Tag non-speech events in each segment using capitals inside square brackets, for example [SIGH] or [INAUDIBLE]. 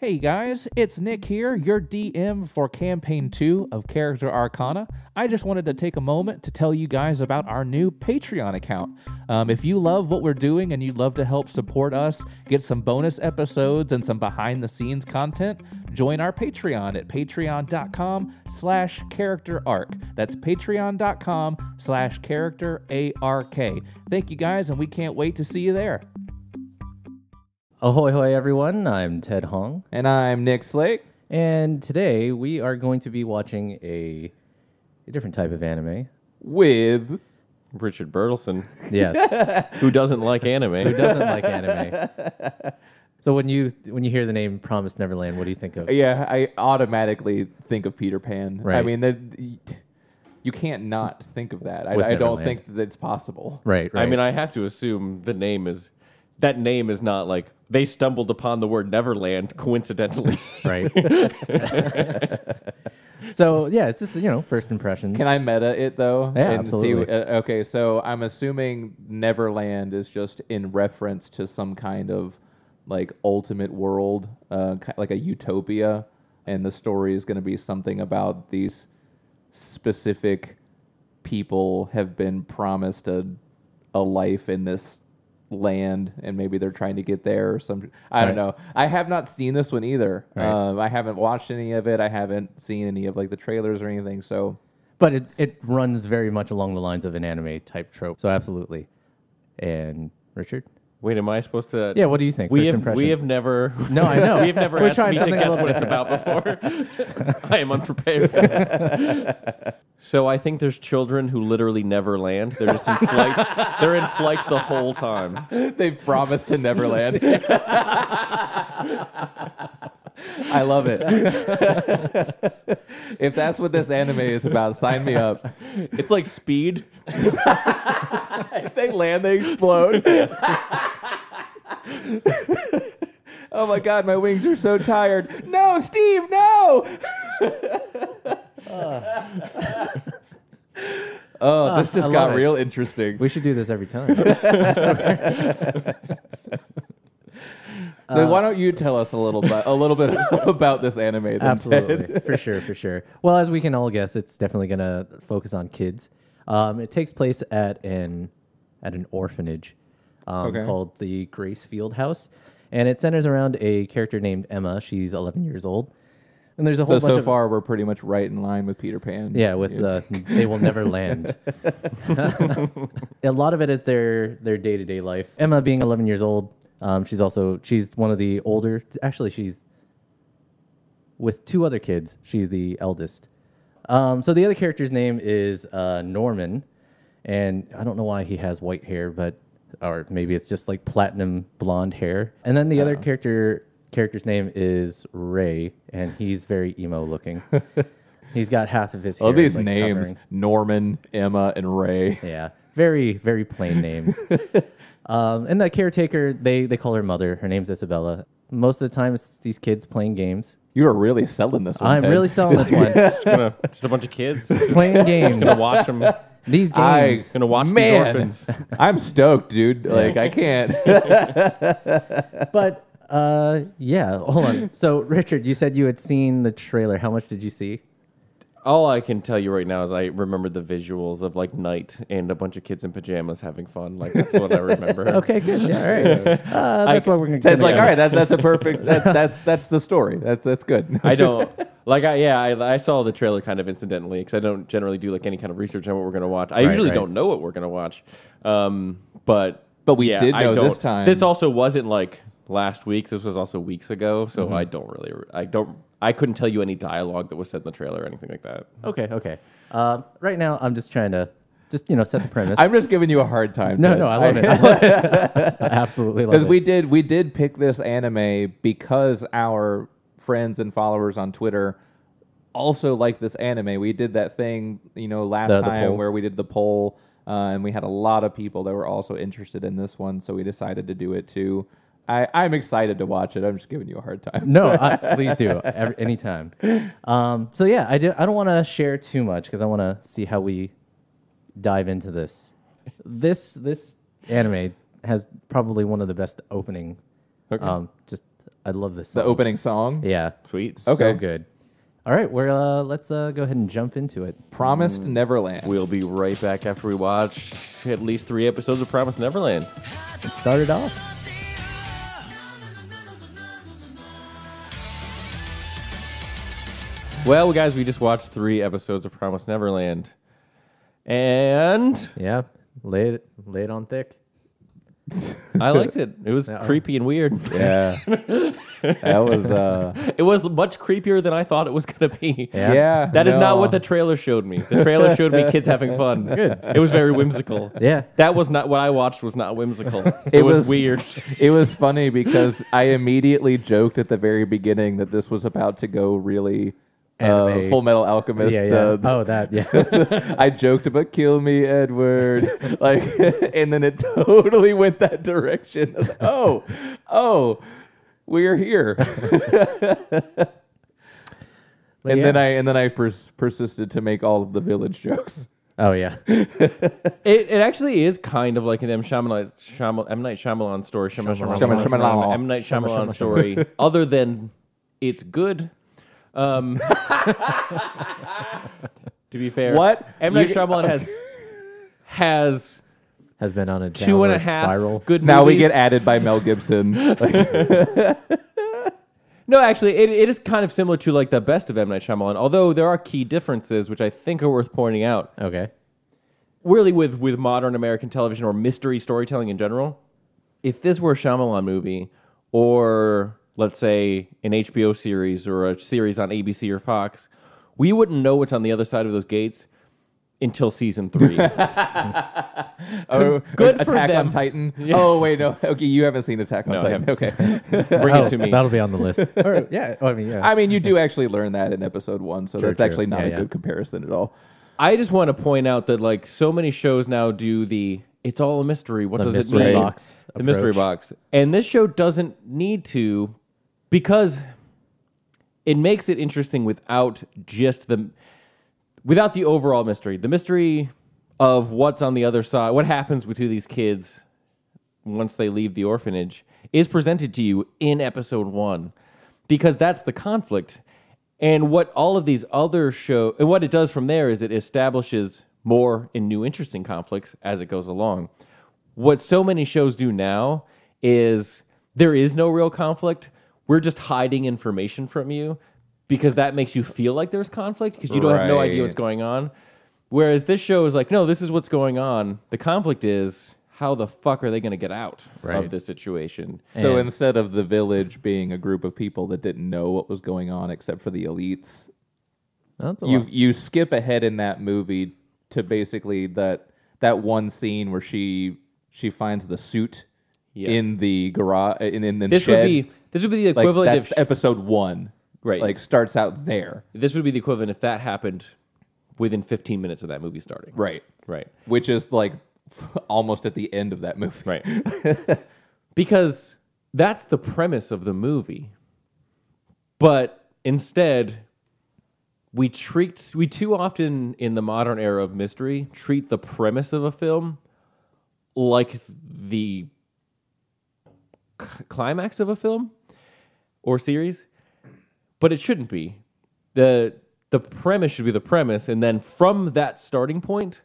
Hey guys, it's Nick here, your DM for Campaign 2 of Character Arcana. I just wanted to take a moment to tell you guys about our new Patreon account. Um, if you love what we're doing and you'd love to help support us, get some bonus episodes and some behind the scenes content, join our Patreon at patreon.com slash character arc. That's patreon.com slash character A-R-K. Thank you guys, and we can't wait to see you there. Ahoy, hoy, everyone. I'm Ted Hong. And I'm Nick Slake. And today we are going to be watching a, a different type of anime. with Richard Burleson, [LAUGHS] Yes. who doesn't like Who anime. doesn't like anime? So when you when you hear the name Promised Neverland, what do you think of? Yeah, I automatically think of Peter Pan. I Right. mean, that you can't not think of that. With I, I don't Neverland. think that it's possible. Right, right. I mean, I have to assume the name is that name is not like they stumbled upon the word [LAUGHS] Neverland coincidentally. right. [LAUGHS] so yeah, it's just you know first impressions. Can I meta it though? Mm-hmm. Yeah, and absolutely. See, uh, okay, so I'm assuming Neverland is just in reference to some kind of like ultimate world, uh, ki- like a utopia, and the story is going to be something about these specific people have been promised a a life in this land and maybe they're trying to get there or some I don't know. I have not seen this one either. Um, I haven't watched any of it. I haven't seen any of like the trailers or anything. So but it, it runs very much along the lines of an anime type trope. So absolutely. And Richard. Wait, am I supposed to? Yeah, what do you think? We First have impressions. we have never No, I know. [LAUGHS] we have never [LAUGHS] We're asked trying me to something a guess little what it's about before. [LAUGHS] I am unprepared. For this. [LAUGHS] So I think there's children who literally never land. They're just in flight. They're in flight the whole time. they've promised to Neverland. I love it. if that's what this anime is about, sign me up. It's like speed. If they land, they explode. oh my god, my wings are so tired. No, Steve, [LAUGHS] no. oh, this just I love got it. real interesting. we should do this every time. So why don't you tell us a little bit, a little bit [LAUGHS] about this anime? Then, Ted? [LAUGHS] Absolutely, for sure, for sure. Well, as we can all guess, it's definitely going to focus on kids. Um, it takes place at an at an orphanage um, Okay. called the Grace Field House, and it centers around a character named Emma. She's 11 years old, and there's a So whole bunch so of far, we're pretty much right in line with Peter Pan. yeah, with It's- uh, they will never land. a lot of it is their their day to day life. Emma, being 11 years old, um, she's also she's one of the older. Actually, she's with two other kids. She's the eldest. Um, so the other character's name is uh, Norman, and I don't know why he has white hair, but or maybe it's just like platinum blonde hair. And then the other Uh-huh. character character's name is Ray, and he's very [LAUGHS] emo looking. he's got half of his hair. all these like, names: covering- Norman, Emma, and Ray. yeah. Very, very [LAUGHS] plain names. um, and the caretaker, they, they call her mother. Her name's Isabella. Most of the time, it's these kids playing games. You are really selling this one. I'm Ted. really selling [LAUGHS] this one. Just, gonna, just a bunch of kids. Just playing games. gonna watch them. These I games. Gonna watch these Man, orphans. [LAUGHS] I'm stoked, dude. Like I [LAUGHS] can't. But uh, yeah, hold on. So, Richard, you said you had seen the trailer. How much did you see? All I can tell you right now is I remember the visuals of like night and a bunch of kids in pajamas having fun. Like that's what I remember. [LAUGHS] Okay, good. Yeah, all right. Uh, that's what we're going to Ted's like, all right, that, that's a perfect. That, that's that's the story. That's that's good. [LAUGHS] I don't [LAUGHS] like. I yeah. I, I saw the trailer kind of incidentally because I don't generally do like any kind of research on what we're gonna watch. I usually right. don't know what we're gonna watch. Um, but But we yeah, did I know don't- this time. This also wasn't like last week. This was also weeks ago. So Mm-hmm. I don't really. I don't. I couldn't tell you any dialogue that was said in the trailer or anything like that. [LAUGHS] Okay, okay. Uh, right now, I'm just trying to just, you know, set the premise. I'm just giving you a hard time. no, Ted. no, I love it. I love it. [LAUGHS] I absolutely love Because it. we did we did pick this anime because our friends and followers on Twitter also liked this anime. We did that thing, you know, last The- the time poll. where we did the poll, uh, and we had a lot of people that were also interested in this one, so we decided to do it too. I, I'm excited to watch it. I'm just giving you a hard time. [LAUGHS] No, [LAUGHS] I, please do every, anytime. Um, so yeah, I, do, I don't want to share too much because I want to see how we dive into this. This this anime has probably one of the best opening, um, just I love this. Song. The opening song, Yeah. Sweet. So Okay. good. All right, we're uh, let's uh, go ahead and jump into it. Promised Neverland. We'll be right back after we watch at least three episodes of Promise Neverland. It started off. Well, guys, we just watched three episodes of Promise Neverland. And Yeah. Lay it lay it on thick. I liked it. It was creepy and weird. [LAUGHS] yeah, that was uh, It was much creepier than I thought it was going to be. Yeah. yeah. [LAUGHS] That is not no. what the trailer showed me. The trailer showed me kids having fun. Good. It was very whimsical. Yeah. That was not what I watched was not whimsical. It, It was, was- weird. [LAUGHS] It was funny because I immediately joked at the very beginning that this was about to go really uh, Anime. Full Metal Alchemist. yeah, yeah. the- the- oh, that. [LAUGHS] Yeah. I joked about kill me, Edward, [LAUGHS] like, and then it [LAUGHS] totally went that direction. I was like, oh, [LAUGHS] oh, we're here. [LAUGHS] and then yeah. I and then I pers- persisted to make all of the village [LAUGHS] jokes. oh, yeah. It, it actually is kind of like an M. Shyamalan, Shyamalan, M. Night Shyamalan story. Shyamalan, Shyamalan, Shyamalan, Shyamalan. M. Night Shyamalan story. [LAUGHS] Other than it's good. [LAUGHS] Um, to be fair, What? M. Night You- [LAUGHS] Shyamalan has has Has been on a two and a downward half spiral. good. Now we get movies. added by Mel Gibson. No, actually, it, it is kind of similar to like the best of M Night Shyamalan, although there are key differences which I think are worth pointing out. Okay. Really, with with modern American television or mystery storytelling in general, if this were a Shyamalan movie, or let's say an HBO series or a series on ABC or Fox, we wouldn't know what's on the other side of those gates until [LAUGHS] season three. oh, [LAUGHS] good Attack for them. on Titan. Oh wait, no. Okay, you haven't seen Attack on No, I Titan. haven't. [LAUGHS] Okay, Bring it to me. Oh, That'll be on the [LAUGHS] list. or, yeah. Oh, I mean, yeah. I mean you do [LAUGHS] actually learn that in episode one, so that's true. actually not Yeah, a yeah. good comparison at all. I just want to point out that like so many shows now do the it's all a mystery. What The does mystery it mean? box The mystery approach. box. And this show doesn't need to because it makes it interesting without just the without the overall mystery. The mystery of what's on the other side, what happens to these kids once they leave the orphanage is presented to you in episode one because that's the conflict. And what all of these other show and what it does from there is it establishes more and new interesting conflicts as it goes along. What so many shows do now is there is no real conflict. We're just hiding information from you because that makes you feel like there's conflict because you don't have no idea Right. what's going on. Whereas this show is like, no, this is what's going on. The conflict is how the fuck are they going to get out Right. of this situation? So And- instead of the village being a group of people that didn't know what was going on except for the elites, That's a you lot. you skip ahead in that movie to basically that that one scene where she she finds the suit Yes. in the garage in in the this shed. would be this would be the like equivalent that's if episode one, Right. Like starts out there, this would be the equivalent if that happened within 15 minutes of that movie starting. right? Right. Which is like [LAUGHS] almost at the end of that movie, [LAUGHS] Right. because that's the premise of the movie. But instead, we treat we too often in the modern era of mystery treat the premise of a film like the c- climax of a film or series, but it shouldn't be. the The premise should be the premise, and then from that starting point,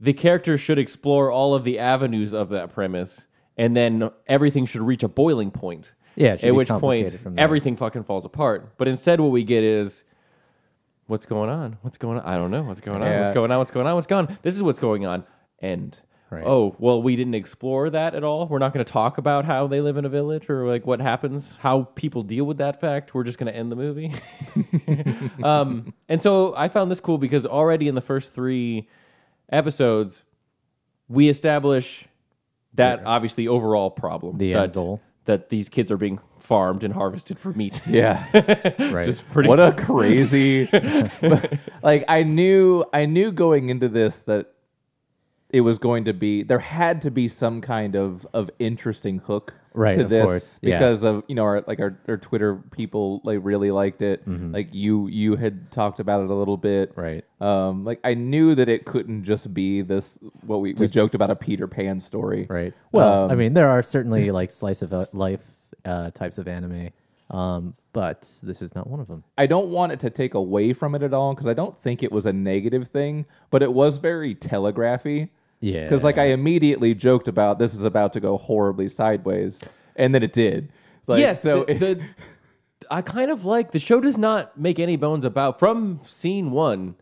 the character should explore all of the avenues of that premise, and then everything should reach a boiling point. Yeah, it should at be which complicated point from there. everything fucking falls apart. But instead, what we get is, what's going on? What's going on? I don't know. What's going on? What's Yeah. going on? What's going on? What's going on? This is what's going on. End. Right. Oh well, we didn't explore that at all. We're not going to talk about how they live in a village or like what happens, how people deal with that fact. We're just going to end the movie. [LAUGHS] um, and so I found this cool because already in the first three episodes, we establish that obviously overall problem The that, end goal. that these kids are being farmed and harvested for meat. [LAUGHS] Yeah, right. Just pretty what a crazy. [LAUGHS] like I knew, I knew going into this that it was going to be there had to be some kind of of interesting hook Right, to of this course, yeah. because of you know our like our, our Twitter people like really liked it like you you had talked about it a little bit Mm-hmm. Right. um like I knew that it couldn't just be this what we, we joked about a Peter Pan story um, Right. Well, I mean, there are certainly like slice of uh, life uh, types of anime, um, but this is not one of them. I don't want it to take away from it at all because I don't think it was a negative thing, but it was very telegraphy. Yeah. Because like I immediately joked about this is about to go horribly sideways, and then it did. It's Like, yes. So the, it- the- I kind of like the show does not make any bones about from scene one.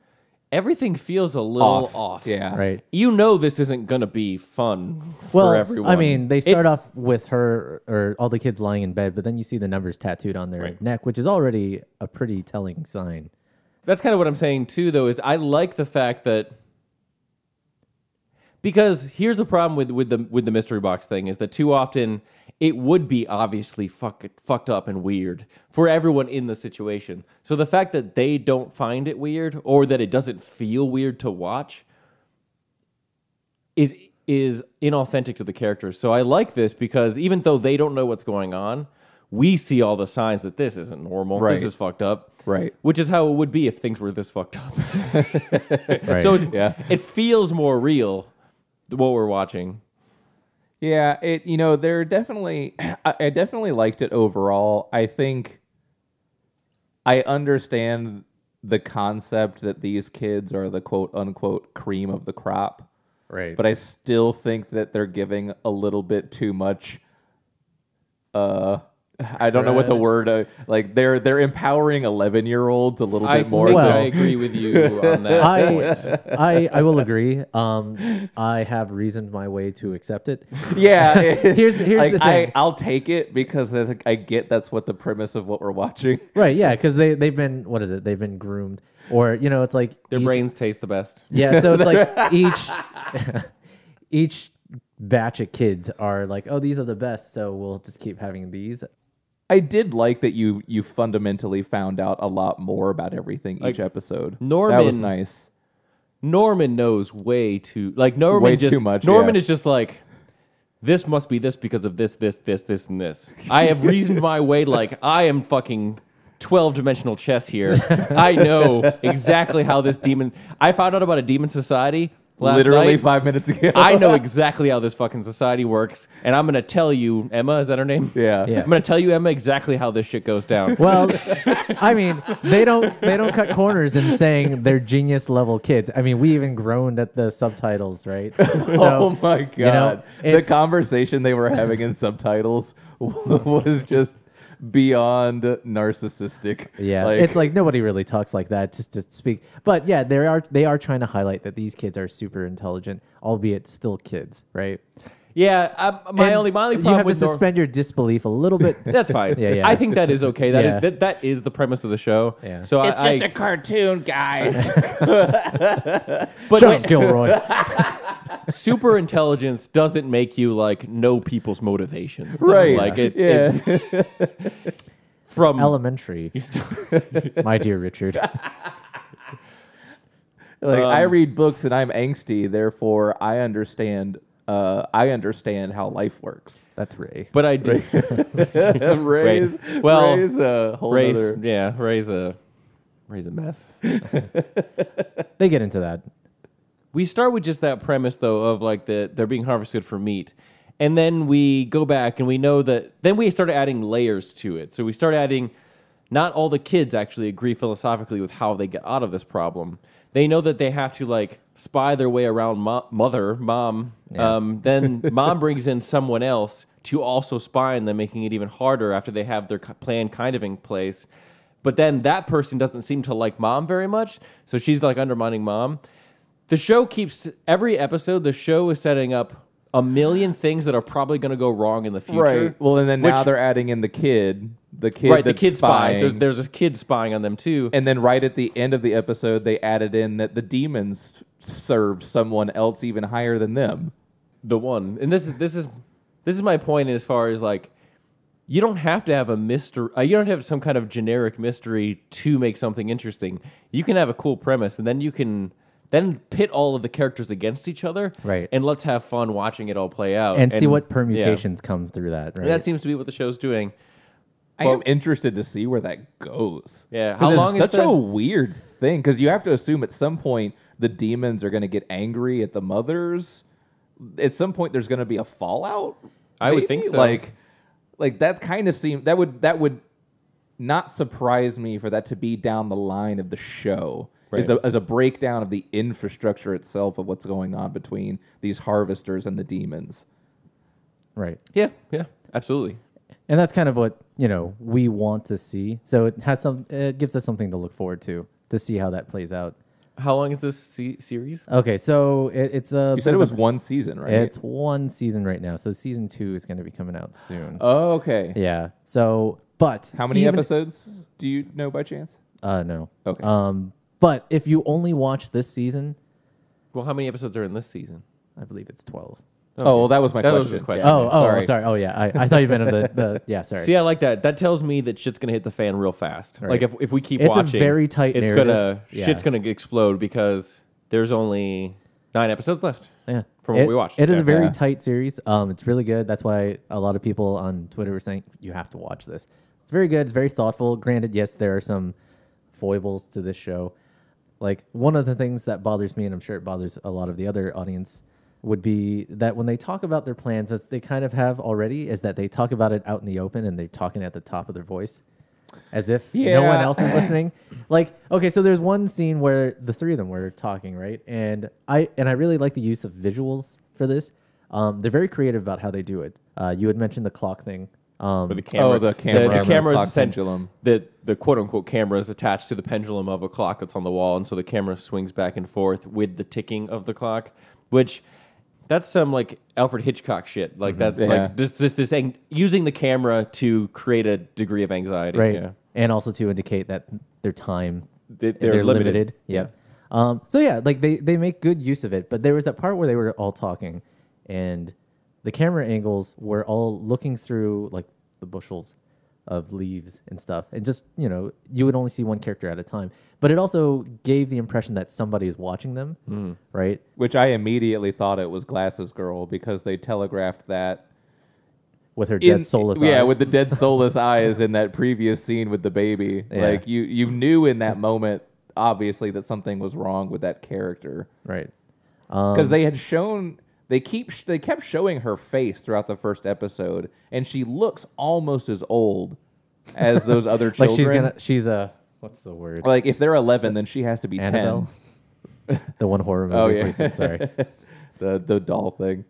Everything feels a little off. Yeah. Right. You know this isn't gonna be fun Well, for everyone. I mean, they start off with her or all the kids lying in bed, but then you see the numbers tattooed on their neck, which is already a pretty telling sign. that's kind of what I'm saying too, though, is I like the fact that because here's the problem with with the with the mystery box thing is that too often it would be obviously fuck, fucked up and weird for everyone in the situation. So the fact that they don't find it weird or that it doesn't feel weird to watch is is inauthentic to the characters. So I like this because even though they don't know what's going on, we see all the signs that this isn't normal. Right. This is fucked up. Right. Which is how it would be if things were this fucked up. Right. so it's, [LAUGHS] Yeah. it feels more real th- what we're watching. Yeah, it you know there are definitely [CLEARS THROAT] I, I definitely liked it overall. I think I understand the concept that these kids are the quote unquote cream of the crop, right. but I still think that they're giving a little bit too much. Uh, I don't know what the word uh, like they're they're empowering eleven year olds a little I bit more. think Well- I agree [LAUGHS] with you on that. [LAUGHS] [LAUGHS] I, I I will agree. Um, I have reasoned my way to accept it. [LAUGHS] yeah, it- Here's the- here's like, the I thing. I'll take it because I think- I get that's what the premise of what we're watching. [LAUGHS] Right? Yeah, because they they've been what is it? They've been groomed, or you know, it's like Their each- brains taste the best. [LAUGHS] Yeah, so it's [LAUGHS] like each [LAUGHS] each batch of kids are like, oh, these are the best, so we'll just keep having these. I did like that you you fundamentally found out a lot more about everything each episode. that was Norman- nice. Norman knows way too like Norman Way just too much, Norman yeah. is just like this must be this because of this, this, this, this, and this. I have reasoned my way like I am fucking twelve dimensional chess here. I know exactly how this demon I found out about a demon society last Literally night. five minutes ago. [LAUGHS] [LAUGHS] I know exactly how this fucking society works, and I'm gonna tell you, Emma. Is that her name? Yeah. Yeah. I'm gonna tell you, Emma, exactly how this shit goes down. Well, I mean, they don't they don't cut corners in saying they're genius level kids. I mean, we even groaned at the subtitles, right? So, oh my god! the it's- conversation they were having in subtitles [LAUGHS] was just beyond narcissistic. Yeah, it's like nobody really talks like that just to speak. But yeah, they are they are trying to highlight that these kids are super intelligent, albeit still kids, right? yeah, I, my And only my only you problem have to with Nor- suspend your disbelief a little bit. that's [LAUGHS] fine. Yeah, yeah. I think that is okay. That is Yeah. that, that is the premise of the show. Yeah. So I, I cartoon, guys. but Jump, Gilroy. super intelligence doesn't make you like know people's motivations. though. Right. Like it, Yeah. it's [LAUGHS] from Elementary, you still- my dear Richard. like I um, read books and I'm angsty, therefore I understand. Uh, I understand how life works. That's Ray. [LAUGHS] but I do [LAUGHS] raise, Well, raise a whole raise other- yeah raise a raise a mess. They get into that. we start with just that premise though of like the they're being harvested for meat and then we go back and we know that then we start adding layers to it so we start adding not all the kids actually agree philosophically with how they get out of this problem they know that they have to like spy their way around mo- mother mom um, then mom [LAUGHS] brings in someone else to also spy on them making it even harder after they have their c- plan kind of in place but then that person doesn't seem to like mom very much so she's like undermining mom the show keeps every episode. The show is setting up a million things that are probably going to go wrong in the future. Right. Well, and then now Which- they're adding in the kid, the kid, right. The that's kid spy. spying. There's, there's a kid spying on them too. and then right at the end of the episode, they added in that the demons serve someone else even higher than them. the one, and this is this is this is my point as far as like you don't have to have a mystery. Uh, you don't have to have some kind of generic mystery to make something interesting. You can have a cool premise, and then you can. Then pit all of the characters against each other, Right. And let's have fun watching it all play out And, see what yeah. permutations come through that, right? And that seems to be what the show's doing. I am interested to see where that goes. Yeah, 'Cause how it's long is such the- a weird thing because you have to assume at some point the demons are going to get angry at the mothers. At some point, there's going to be a fallout. I would maybe? think so. Like, Like that kind of seem that would that would not surprise me for that to be down the line of the show as, a, as a breakdown of the infrastructure itself of what's going on between these harvesters and the demons. Right. Yeah, yeah, absolutely. And that's kind of what, you know, we want to see. So it has some it gives us something to look forward to to see how that plays out. How long is this se- series? Okay, so it, it's a You said it was one season, right? it's one season right now. So season 2 is going to be coming out soon. oh, okay. yeah. So but How many even- episodes do you know by chance? Uh no. Okay. Um but if you only watch this season, Well, how many episodes are in this season? I believe it's 12. Oh, well, that was my That question. was his question. Yeah. Oh, oh, sorry. Oh, yeah. I, I thought you meant of the, the [LAUGHS] yeah, sorry. See, I like that. That tells me that shit's gonna hit the fan real fast. Like if, if we keep It's a watching, very tight It's gonna narrative. Yeah. shit's gonna explode because there's only nine episodes left. Yeah. From what It- we watched. It is Yeah. a very Yeah. tight series. Um, it's really good. That's why a lot of people on Twitter were saying you have to watch this. It's very good. It's very thoughtful. Granted, yes, there are some foibles to this show. Like one of the things that bothers me, and I'm sure it bothers a lot of the other audience, would be that when they talk about their plans, as they kind of have already, is that they talk about it out in the open and they're talking at the top of their voice, as if no one Yeah. else is listening. Like, okay, so there's one scene where the three of them were talking, right? And I and I really like the use of visuals for this. Um, they're very creative about how they do it. Uh, you had mentioned the clock thing. Um, With the camera, Oh, the camera the, on the camera clock is sent- pendulum. The the quote unquote camera is attached to the pendulum of a clock that's on the wall, and so the camera swings back and forth with the ticking of the clock, which. That's some like Alfred Hitchcock shit. Like that's Mm-hmm. Yeah. like this this this ang- using the camera to create a degree of anxiety. right? Yeah. And also to indicate that their time They- they're limited. Yeah. Um, so yeah, like they they make good use of it, but there was that part where they were all talking, and the camera angles were all looking through like the bushels of leaves and stuff, and just you know you would only see one character at a time. But it also gave the impression that somebody is watching them, Hmm. right? Which I immediately thought it was Glasses Girl because they telegraphed that With her in- dead soulless eyes. Yeah, with the dead soulless eyes in that previous scene with the baby. Yeah. Like you, you knew in that moment, obviously, that something was wrong with that character right. because Um, they had shown they keep sh- they kept showing her face throughout the first episode, and she looks almost as old as those other children. [LAUGHS] Like she's gonna she's a what's the word? Like, if they're eleven, then she has to be Annabelle. ten. [LAUGHS] the one horror movie. Oh, we yeah. [LAUGHS] said, sorry. the the doll thing,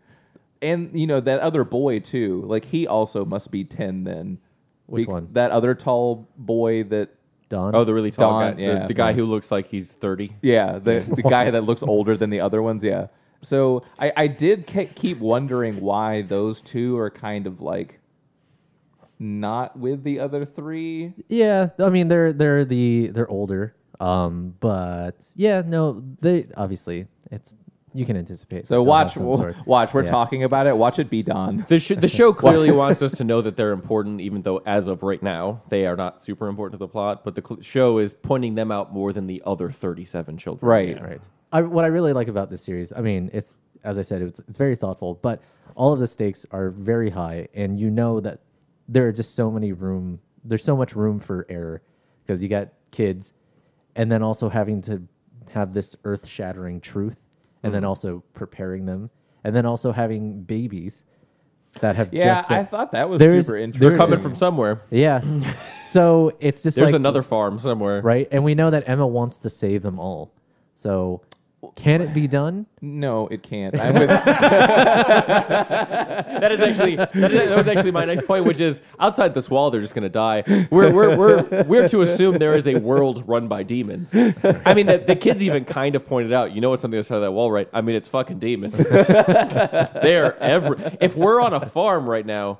and you know that other boy too. Like he also must be ten then. Which one? That other tall boy that. Don. Oh, the really tall Don, guy. yeah, the, the guy yeah. who looks like he's thirty. Yeah, [LAUGHS] the, the guy that looks older than the other ones. Yeah. So I I did ke- keep wondering why those two are kind of like not with the other three. Yeah, I mean they're they're the they're older. Um, but yeah, no, they obviously it's you can anticipate. So they'll watch have some w- [LAUGHS] sort. watch. We're Oh, Yeah. talking about it. Watch it be done. [LAUGHS] The, sh- [LAUGHS] the show clearly wants us to know that they're important, even though as of right now they are not super important to the plot. But the cl- show is pointing them out more than the other thirty-seven children. Right. Right. I, what I really like about this series, I mean, it's as I said, it's it's very thoughtful, but all of the stakes are very high, and you know that there are just so many room. There's so much room for error because you got kids, and then also having to have this earth-shattering truth, and then also preparing them, and then also having babies that have Yeah, just I the- thought that was there's- super interesting. there They're is coming this- from somewhere. [COUGHS] yeah. so it's just There's like another farm somewhere. right, and we know that Emma wants to save them all. So can it be done? No, it [LAUGHS] can't. I'm with, That is actually that, is, that was actually my next point, which is outside this wall they're just going to die. We're we're we're we're to assume there is a world run by demons. I mean, the, the kids even kind of pointed out. You know what's on the other side of that wall, right? I mean, it's fucking demons. [LAUGHS] they're every. If we're on a farm right now.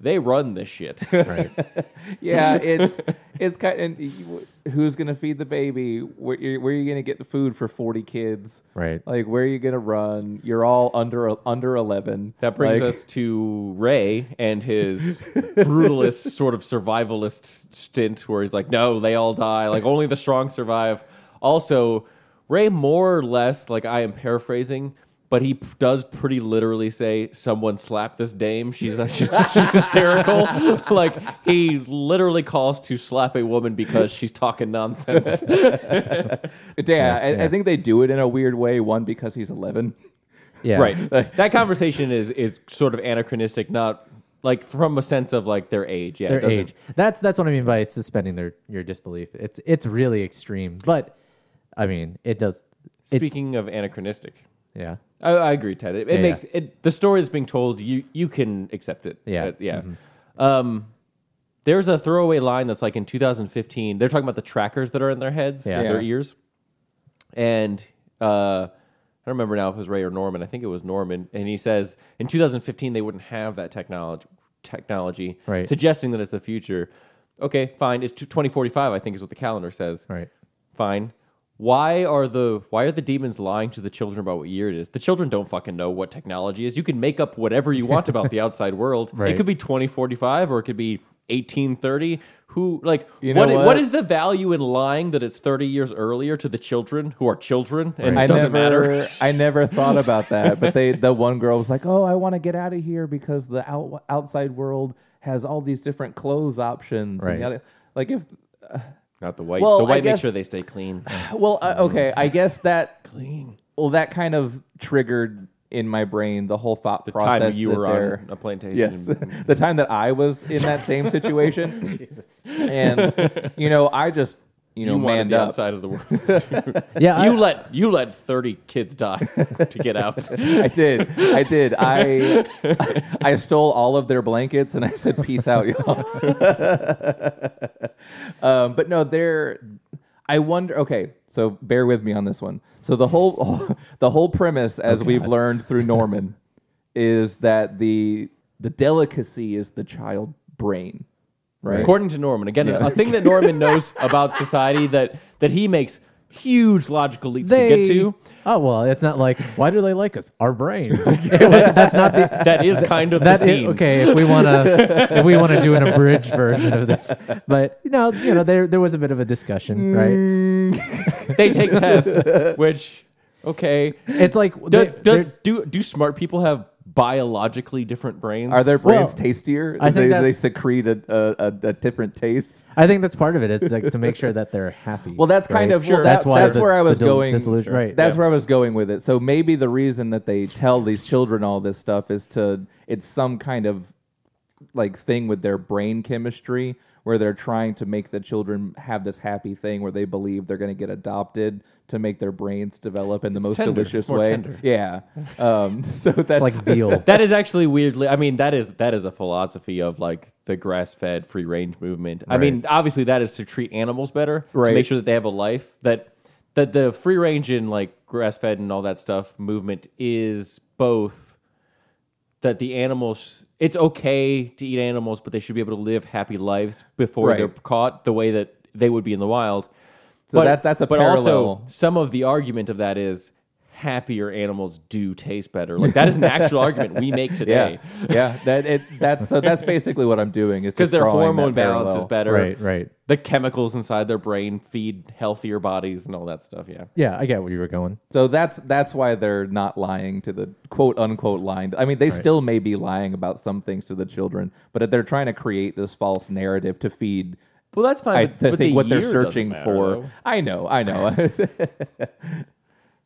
They run this shit. Right. [LAUGHS] yeah, it's it's kind. And you- who's gonna feed the baby? Where, you- where are you gonna get the food for forty kids? Right. Like, where are you gonna run? You're all under uh, under eleven. That brings Like, us to Ray [LAUGHS] and his brutalist sort of survivalist stint where he's like, no, they all die. Like, only the strong survive. Also, Ray, more or less, like, I am paraphrasing, but he p- does pretty literally say, someone slap this dame. She's, uh, she's, [LAUGHS] she's hysterical. [LAUGHS] like, he literally calls to slap a woman because she's [LAUGHS] talking nonsense. [LAUGHS] Yeah, I, I yeah. think they do it in a weird way. One because he's eleven. Yeah. Right. that conversation is is sort of anachronistic, not like from a sense of like their age. Yeah, it their doesn't- age. That's that's what I mean by suspending their your disbelief. It's it's really extreme, but I mean it does. It, Speaking of anachronistic, yeah, I, I agree, Ted. It, it yeah. makes it the story that's being told. You you can accept it. Yeah. Mm-hmm. Uh, yeah. Um, there's a throwaway line that's like in 2015. They're talking about the trackers that are in their heads, Yeah. their Yeah. ears, and uh, I don't remember now if it was Ray or Norman. I think it was Norman, and he says in 2015 they wouldn't have that technology. Technology, Right. suggesting that it's the future. Okay, fine. It's 2045. I think is what the calendar says [LAUGHS] right. fine. Why are the why are the demons lying to the children about what year it is? The children don't fucking know what technology is. You can make up whatever you want [LAUGHS] about the outside world. Right. It could be 2045 or it could be 1830. Who like You what, know what? what is the value in lying that it's 30 years earlier to the children who are children and it doesn't never, matter? I [LAUGHS] never thought about that, but they the one girl was like, "Oh, I want to get out of here because the out, outside world has all these different clothes options." and Right. yada- like if Not the white. Well, the I white make guess- sure they stay clean. [SIGHS] well, Mm-hmm. uh, okay, I guess that Well, that kind of triggered in my brain the whole thought The process time you that were they're- on a plantation. Yes, [LAUGHS] the time that I was in that same [LAUGHS] situation, and you know, I just you know You wanted manned the up. outside of the world. [LAUGHS] Yeah, you I, let you let 30 kids die to get out. [LAUGHS] I did. I did. I I stole all of their blankets and I said, "Peace out, y'all." [LAUGHS] um, but no, they're. I wonder. Okay, so bear with me on this one. So the whole [LAUGHS] the whole premise, Oh, as we've learned through Norman, is that the the delicacy is the child brain, right? According to Norman, again, a thing [LAUGHS] that Norman knows about society that that he makes huge logical leaps to They- get to. oh well, it's not like why do they like us? [LAUGHS] Our brains. It was- that's not the [LAUGHS] That is kind of that the is- scene. okay if we want to if we want to do an abridged version of this but no you know there there was a bit of a discussion Mm. right They take [LAUGHS] tests, which okay, it's like do, they- do, they're- do do smart people have biologically different brains? Are their brains Well, tastier? I think they, that's- they secrete a, a, a, a different taste. i think that's part of it it's like to make sure that they're happy Well, that's kind right? of well, that- that's why that's the- where I the was dil- going. disillusion- right That's where I was going with it. So maybe the reason that they tell these children all this stuff is to it's some kind of like thing with their brain chemistry where they're trying to make the children have this happy thing where they believe they're going to get adopted to make their brains develop in the most tender. delicious It's more way. tender. Yeah. Um, [LAUGHS] so that's it's like [LAUGHS] veal [LAUGHS] that is actually weirdly. I mean, that is that is a philosophy of like the grass-fed free-range movement. I mean, obviously that is to treat animals better, Right. to make sure that they have a life. That that the free-range and like grass-fed and all that stuff movement is both that the animals. It's okay to eat animals, but they should be able to live happy lives before Right. they're caught, the way that they would be in the wild. So that- that's a but also parallel. some of the argument of that is happier animals do taste better. Like that is [LAUGHS] an actual argument we make yeah. today yeah, that it that's so that's basically what I'm doing. [LAUGHS] It's because just their drawing that hormone balance is parallel. better. right right The chemicals inside their brain feed healthier bodies and all that stuff. Yeah. yeah i get where you [LAUGHS] were going So that's that's why they're not lying to the quote unquote lying. I mean, they still may be lying about some things to the children, but they're trying to create this false narrative to feed. Well, that's fine. I but, to but think the what they're year doesn't searching matter, for. though. I know, I know. [LAUGHS]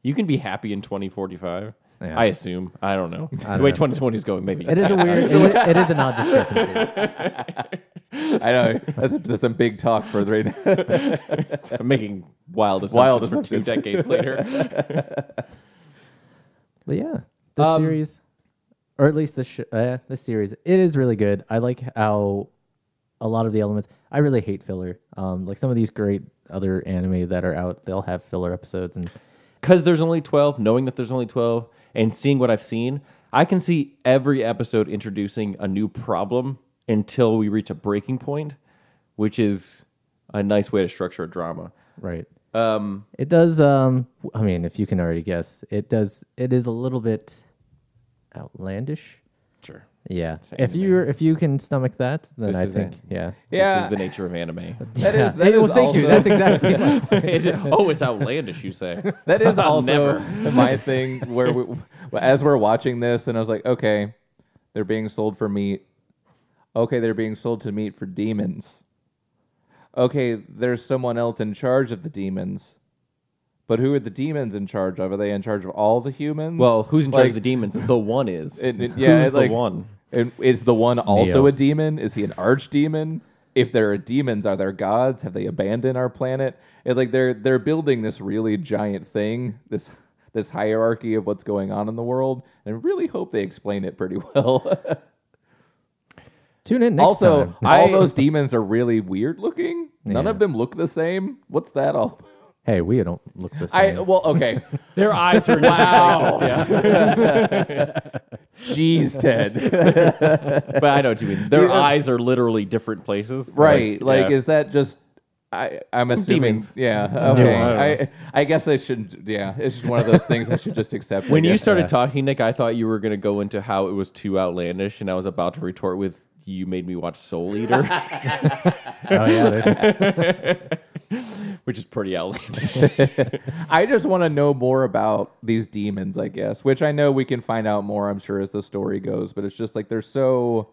You can be happy in 2045. Yeah. I assume. I don't know. the don't way know. 2020 is going, maybe. it is a weird it is- it is an odd discrepancy I know. That's, that's some big talk for right now. I'm [LAUGHS] making wild assumptions, Wild for two [LAUGHS] decades later. but yeah this Um, series or at least this sh- uh, this series it is really good i like how a lot of the elements i really hate filler um like some of these great other anime that are out they'll have filler episodes and Because there's only 12, knowing that there's only 12, and seeing what I've seen, I can see every episode introducing a new problem until we reach a breaking point, which is a nice way to structure a drama. right um it does um i mean if you can already guess it does it is a little bit outlandish Sure. yeah if you if you can stomach that then This i is think it. yeah This Yeah. is the nature of anime. That Yeah. [LAUGHS] is- that well, is thank also- you that's [LAUGHS] exactly my point. It- oh, [LAUGHS] it's outlandish, you say. That is also [LAUGHS] Never. my thing. Where we, as we're watching this, and I was like, okay, they're being sold for meat. Okay, they're being sold to meat for demons. Okay, there's someone else in charge of the demons. But who are the demons in charge of? Are they in charge of all the humans? [LAUGHS] Well, who's in charge Like, of the demons? The one is. it- it- yeah, who's it, like- the one? And is the one also Neo. a demon? Is he an archdemon? If there are demons, are there gods? Have they abandoned our planet? It's like they're they're building this really giant thing, this this hierarchy of what's going on in the world, and I really hope they explain it pretty [LAUGHS] well. Tune in next also, time. all I- those [LAUGHS] demons are really weird looking. None of them look the same. What's that all? Hey, we don't look the I same. well, [LAUGHS] okay. Their eyes [LAUGHS] are wow. yeah. Jeez, Ted. But I know what you mean. Their eyes are literally different places. right like, yeah. is that just I, I'm assuming, Demons. yeah. Okay. Nuance. I, I guess I shouldn't. Yeah, it's just one of those things I should just accept. I when you guess. started talking, Nick, I thought you were going to go into how it was too outlandish, and I was about to retort with, "You made me watch [LAUGHS] Soul Eater," oh yeah, there's- which is pretty outlandish. I just want to know more about these demons, I guess, which I know we can find out more, I'm sure, as the story goes. But it's just like they're so.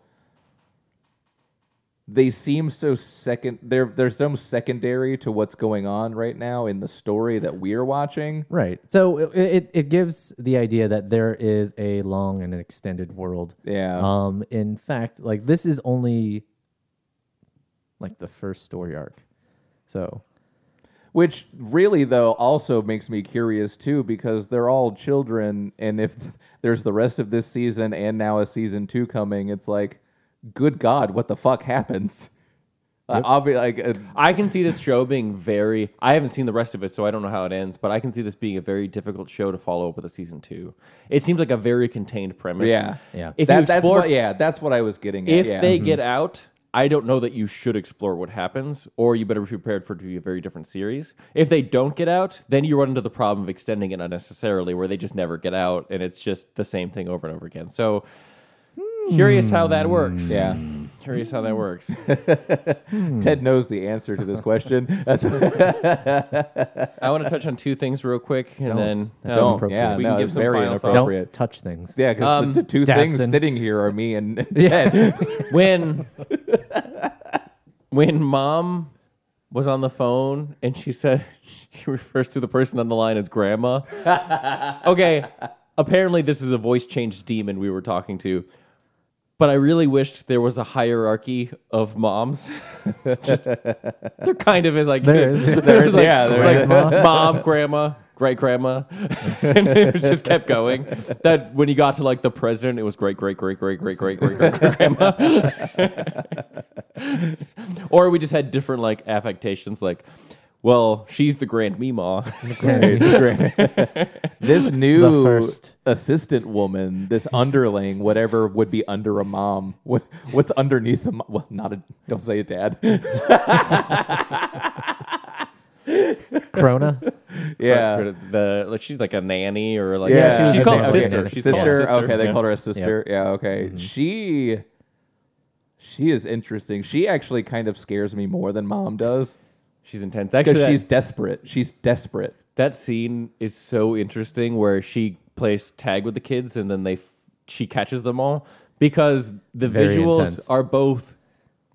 They seem so second. They're they're so secondary to what's going on right now in the story that we're watching. right. So it, it it gives the idea that there is a long and an extended world. Yeah. Um. In fact, like this is only like the first story arc. So Which really, though, also makes me curious too, because they're all children, and if [LAUGHS] there's the rest of this season and now a season two coming, it's like, good God, what the fuck happens? [LAUGHS] Uh, I'll be like, uh, I can see this show being very. I haven't seen the rest of it, so I don't know how it ends. But I can see this being a very difficult show to follow up with a season two. It seems like a very contained premise. yeah, Yeah. If you That, that's explore, what, yeah, that's what I was getting at. if yeah. they get out, I don't know that you should explore what happens, or you better be prepared for it to be a very different series. If they don't get out, then you run into the problem of extending it unnecessarily, where they just never get out, and it's just the same thing over and over again. So, curious how that works. yeah, Curious how that works. Ted knows the answer to this question. [LAUGHS] That's I want to touch on two things real quick, and then That's um, inappropriate. yeah, we no, can give it's some very final thoughts. Um, inappropriate. don't touch things. yeah, because the, the two Datsun. things sitting here are me [LAUGHS] and Ted. [LAUGHS] when when mom was on the phone and she said [LAUGHS] she refers to the person on the line as grandma. okay, apparently this is a voice change demon we were talking to. But I really wished there was a hierarchy of moms. [LAUGHS] Just there kind of is like There is. [LAUGHS] there is like, Yeah, there it's like [LAUGHS] mom, grandma, great grandma, [LAUGHS] and it just kept going. That when you got to like the president, it was great, great, great, great, great, great, great, great, great grandma [LAUGHS] or we just had different like affectations like well she's the grand [LAUGHS] meemaw [LAUGHS] this new The first. assistant woman, this underling, whatever would be under a mom. What what's underneath the mom? Well, not a don't say a dad. [LAUGHS] Corona. yeah. the like, she's like a nanny or like Yeah, she was she's a called nanny. sister Okay, she's sister. called sister Mm-hmm. Okay, they yeah. called her a sister. Yeah. Okay. She. She is interesting. She actually kind of scares me more than mom does she's intense actually because she's that, desperate. She's desperate. that scene is so interesting where she plays tag with the kids and then they f- she catches them all because the Very visuals intense. are both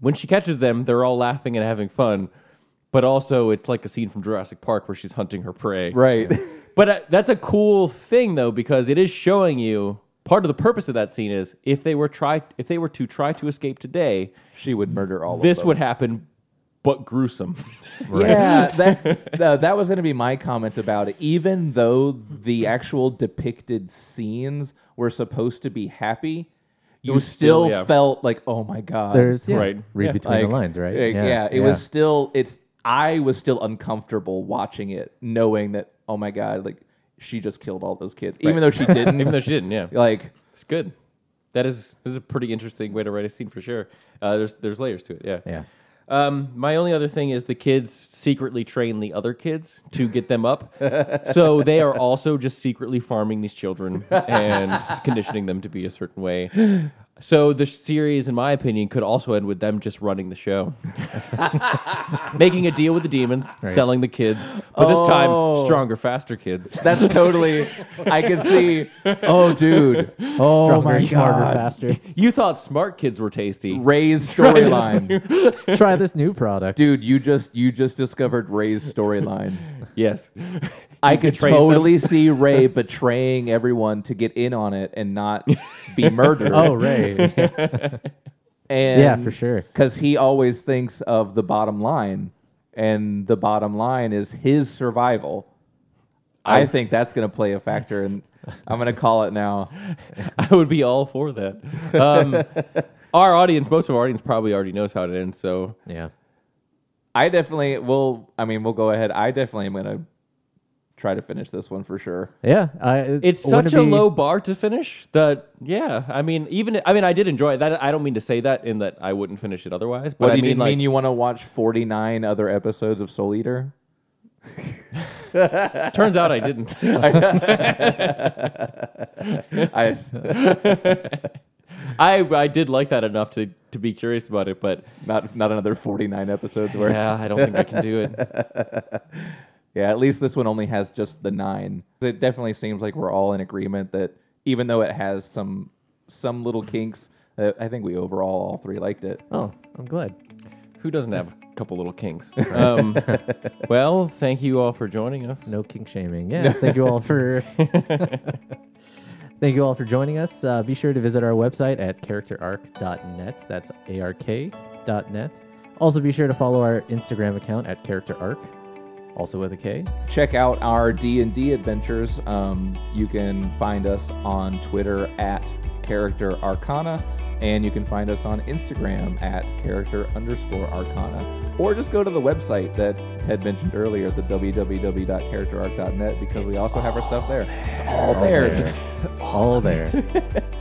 when she catches them they're all laughing and having fun but also it's like a scene from Jurassic Park where she's hunting her prey Right. But uh, that's a cool thing though because it is showing you part of the purpose of that scene is if they were try if they were to try to escape today, she would murder [LAUGHS] all this of them. would happen but gruesome. Yeah, [LAUGHS] that uh, that was going to be my comment about it. Even though the actual depicted scenes were supposed to be happy, you was still still- yeah. felt like, oh my god, There's yeah, Right. Read Yeah. between Like, the lines, right? uh, Yeah, it was still it's. I was still uncomfortable watching it, knowing that oh my god, like she just killed all those kids, even though [LAUGHS] she didn't. [LAUGHS] Even though she didn't, yeah. like [LAUGHS] It's good. That is this is a pretty interesting way to write a scene for sure. Uh, there's there's layers to it, yeah. Yeah. Um, my only other thing is the kids secretly train the other kids to get them up, [LAUGHS] so they are also just secretly farming these children [LAUGHS] and conditioning them to be a certain way. So the series, in my opinion, could also end with them just running the [LAUGHS] show, making a deal with the demons, selling the kids, but this time stronger, faster kids. that's totally. I could see. Oh, dude. Oh my smarter, god. faster. [LAUGHS] You thought smart kids were tasty. Ray's storyline. Try this new product. dude you just you just discovered ray's storyline Yes, [LAUGHS] i could betrays [LAUGHS] [LAUGHS] them. totally see ray betraying everyone to get in on it and not be murdered Oh, Ray, right. [LAUGHS] And Yeah, for sure. Because he always thinks of the bottom line, and the bottom line is his survival. I think that's going to play a factor, and I'm going to call it now. I would be all for that. Um, [LAUGHS] our audience, most of our audience, probably already knows how it ends. So Yeah. I definitely will. I mean, we'll go ahead. I definitely am going to try to finish this one for sure. Yeah. I, it- it's wouldn't such it a be- low bar to finish that. Yeah, I mean, even I mean, I did enjoy it. that. I don't mean to say that in that I wouldn't finish it otherwise. But What I do you mean, mean, like, you want to watch 49 other episodes of Soul Eater? [LAUGHS] turns out I didn't. [LAUGHS] I, [LAUGHS] I I did like that enough to to be curious about it, but not not another 49 episodes where yeah, I don't think I can do [LAUGHS] it. Yeah, at least this one only has just the nine. It definitely seems like we're all in agreement that even though it has some some little kinks, uh, I think we overall all three liked it. Oh, I'm glad. Who doesn't have a couple little kinks? [LAUGHS] Um, well, thank you all for joining us. No kink shaming. Yeah. Thank you all for. Thank you all for joining us. Uh, be sure to visit our website at characterarc.net. That's ark.net. Also, be sure to follow our Instagram account at characterarc, also with a K. Check out our D and D adventures. Um, you can find us on Twitter at character arcana, and you can find us on Instagram at character underscore arcana, or just go to the website that Ted mentioned earlier, the www.characterarc.net, because we also have our stuff there. It's all there. All there.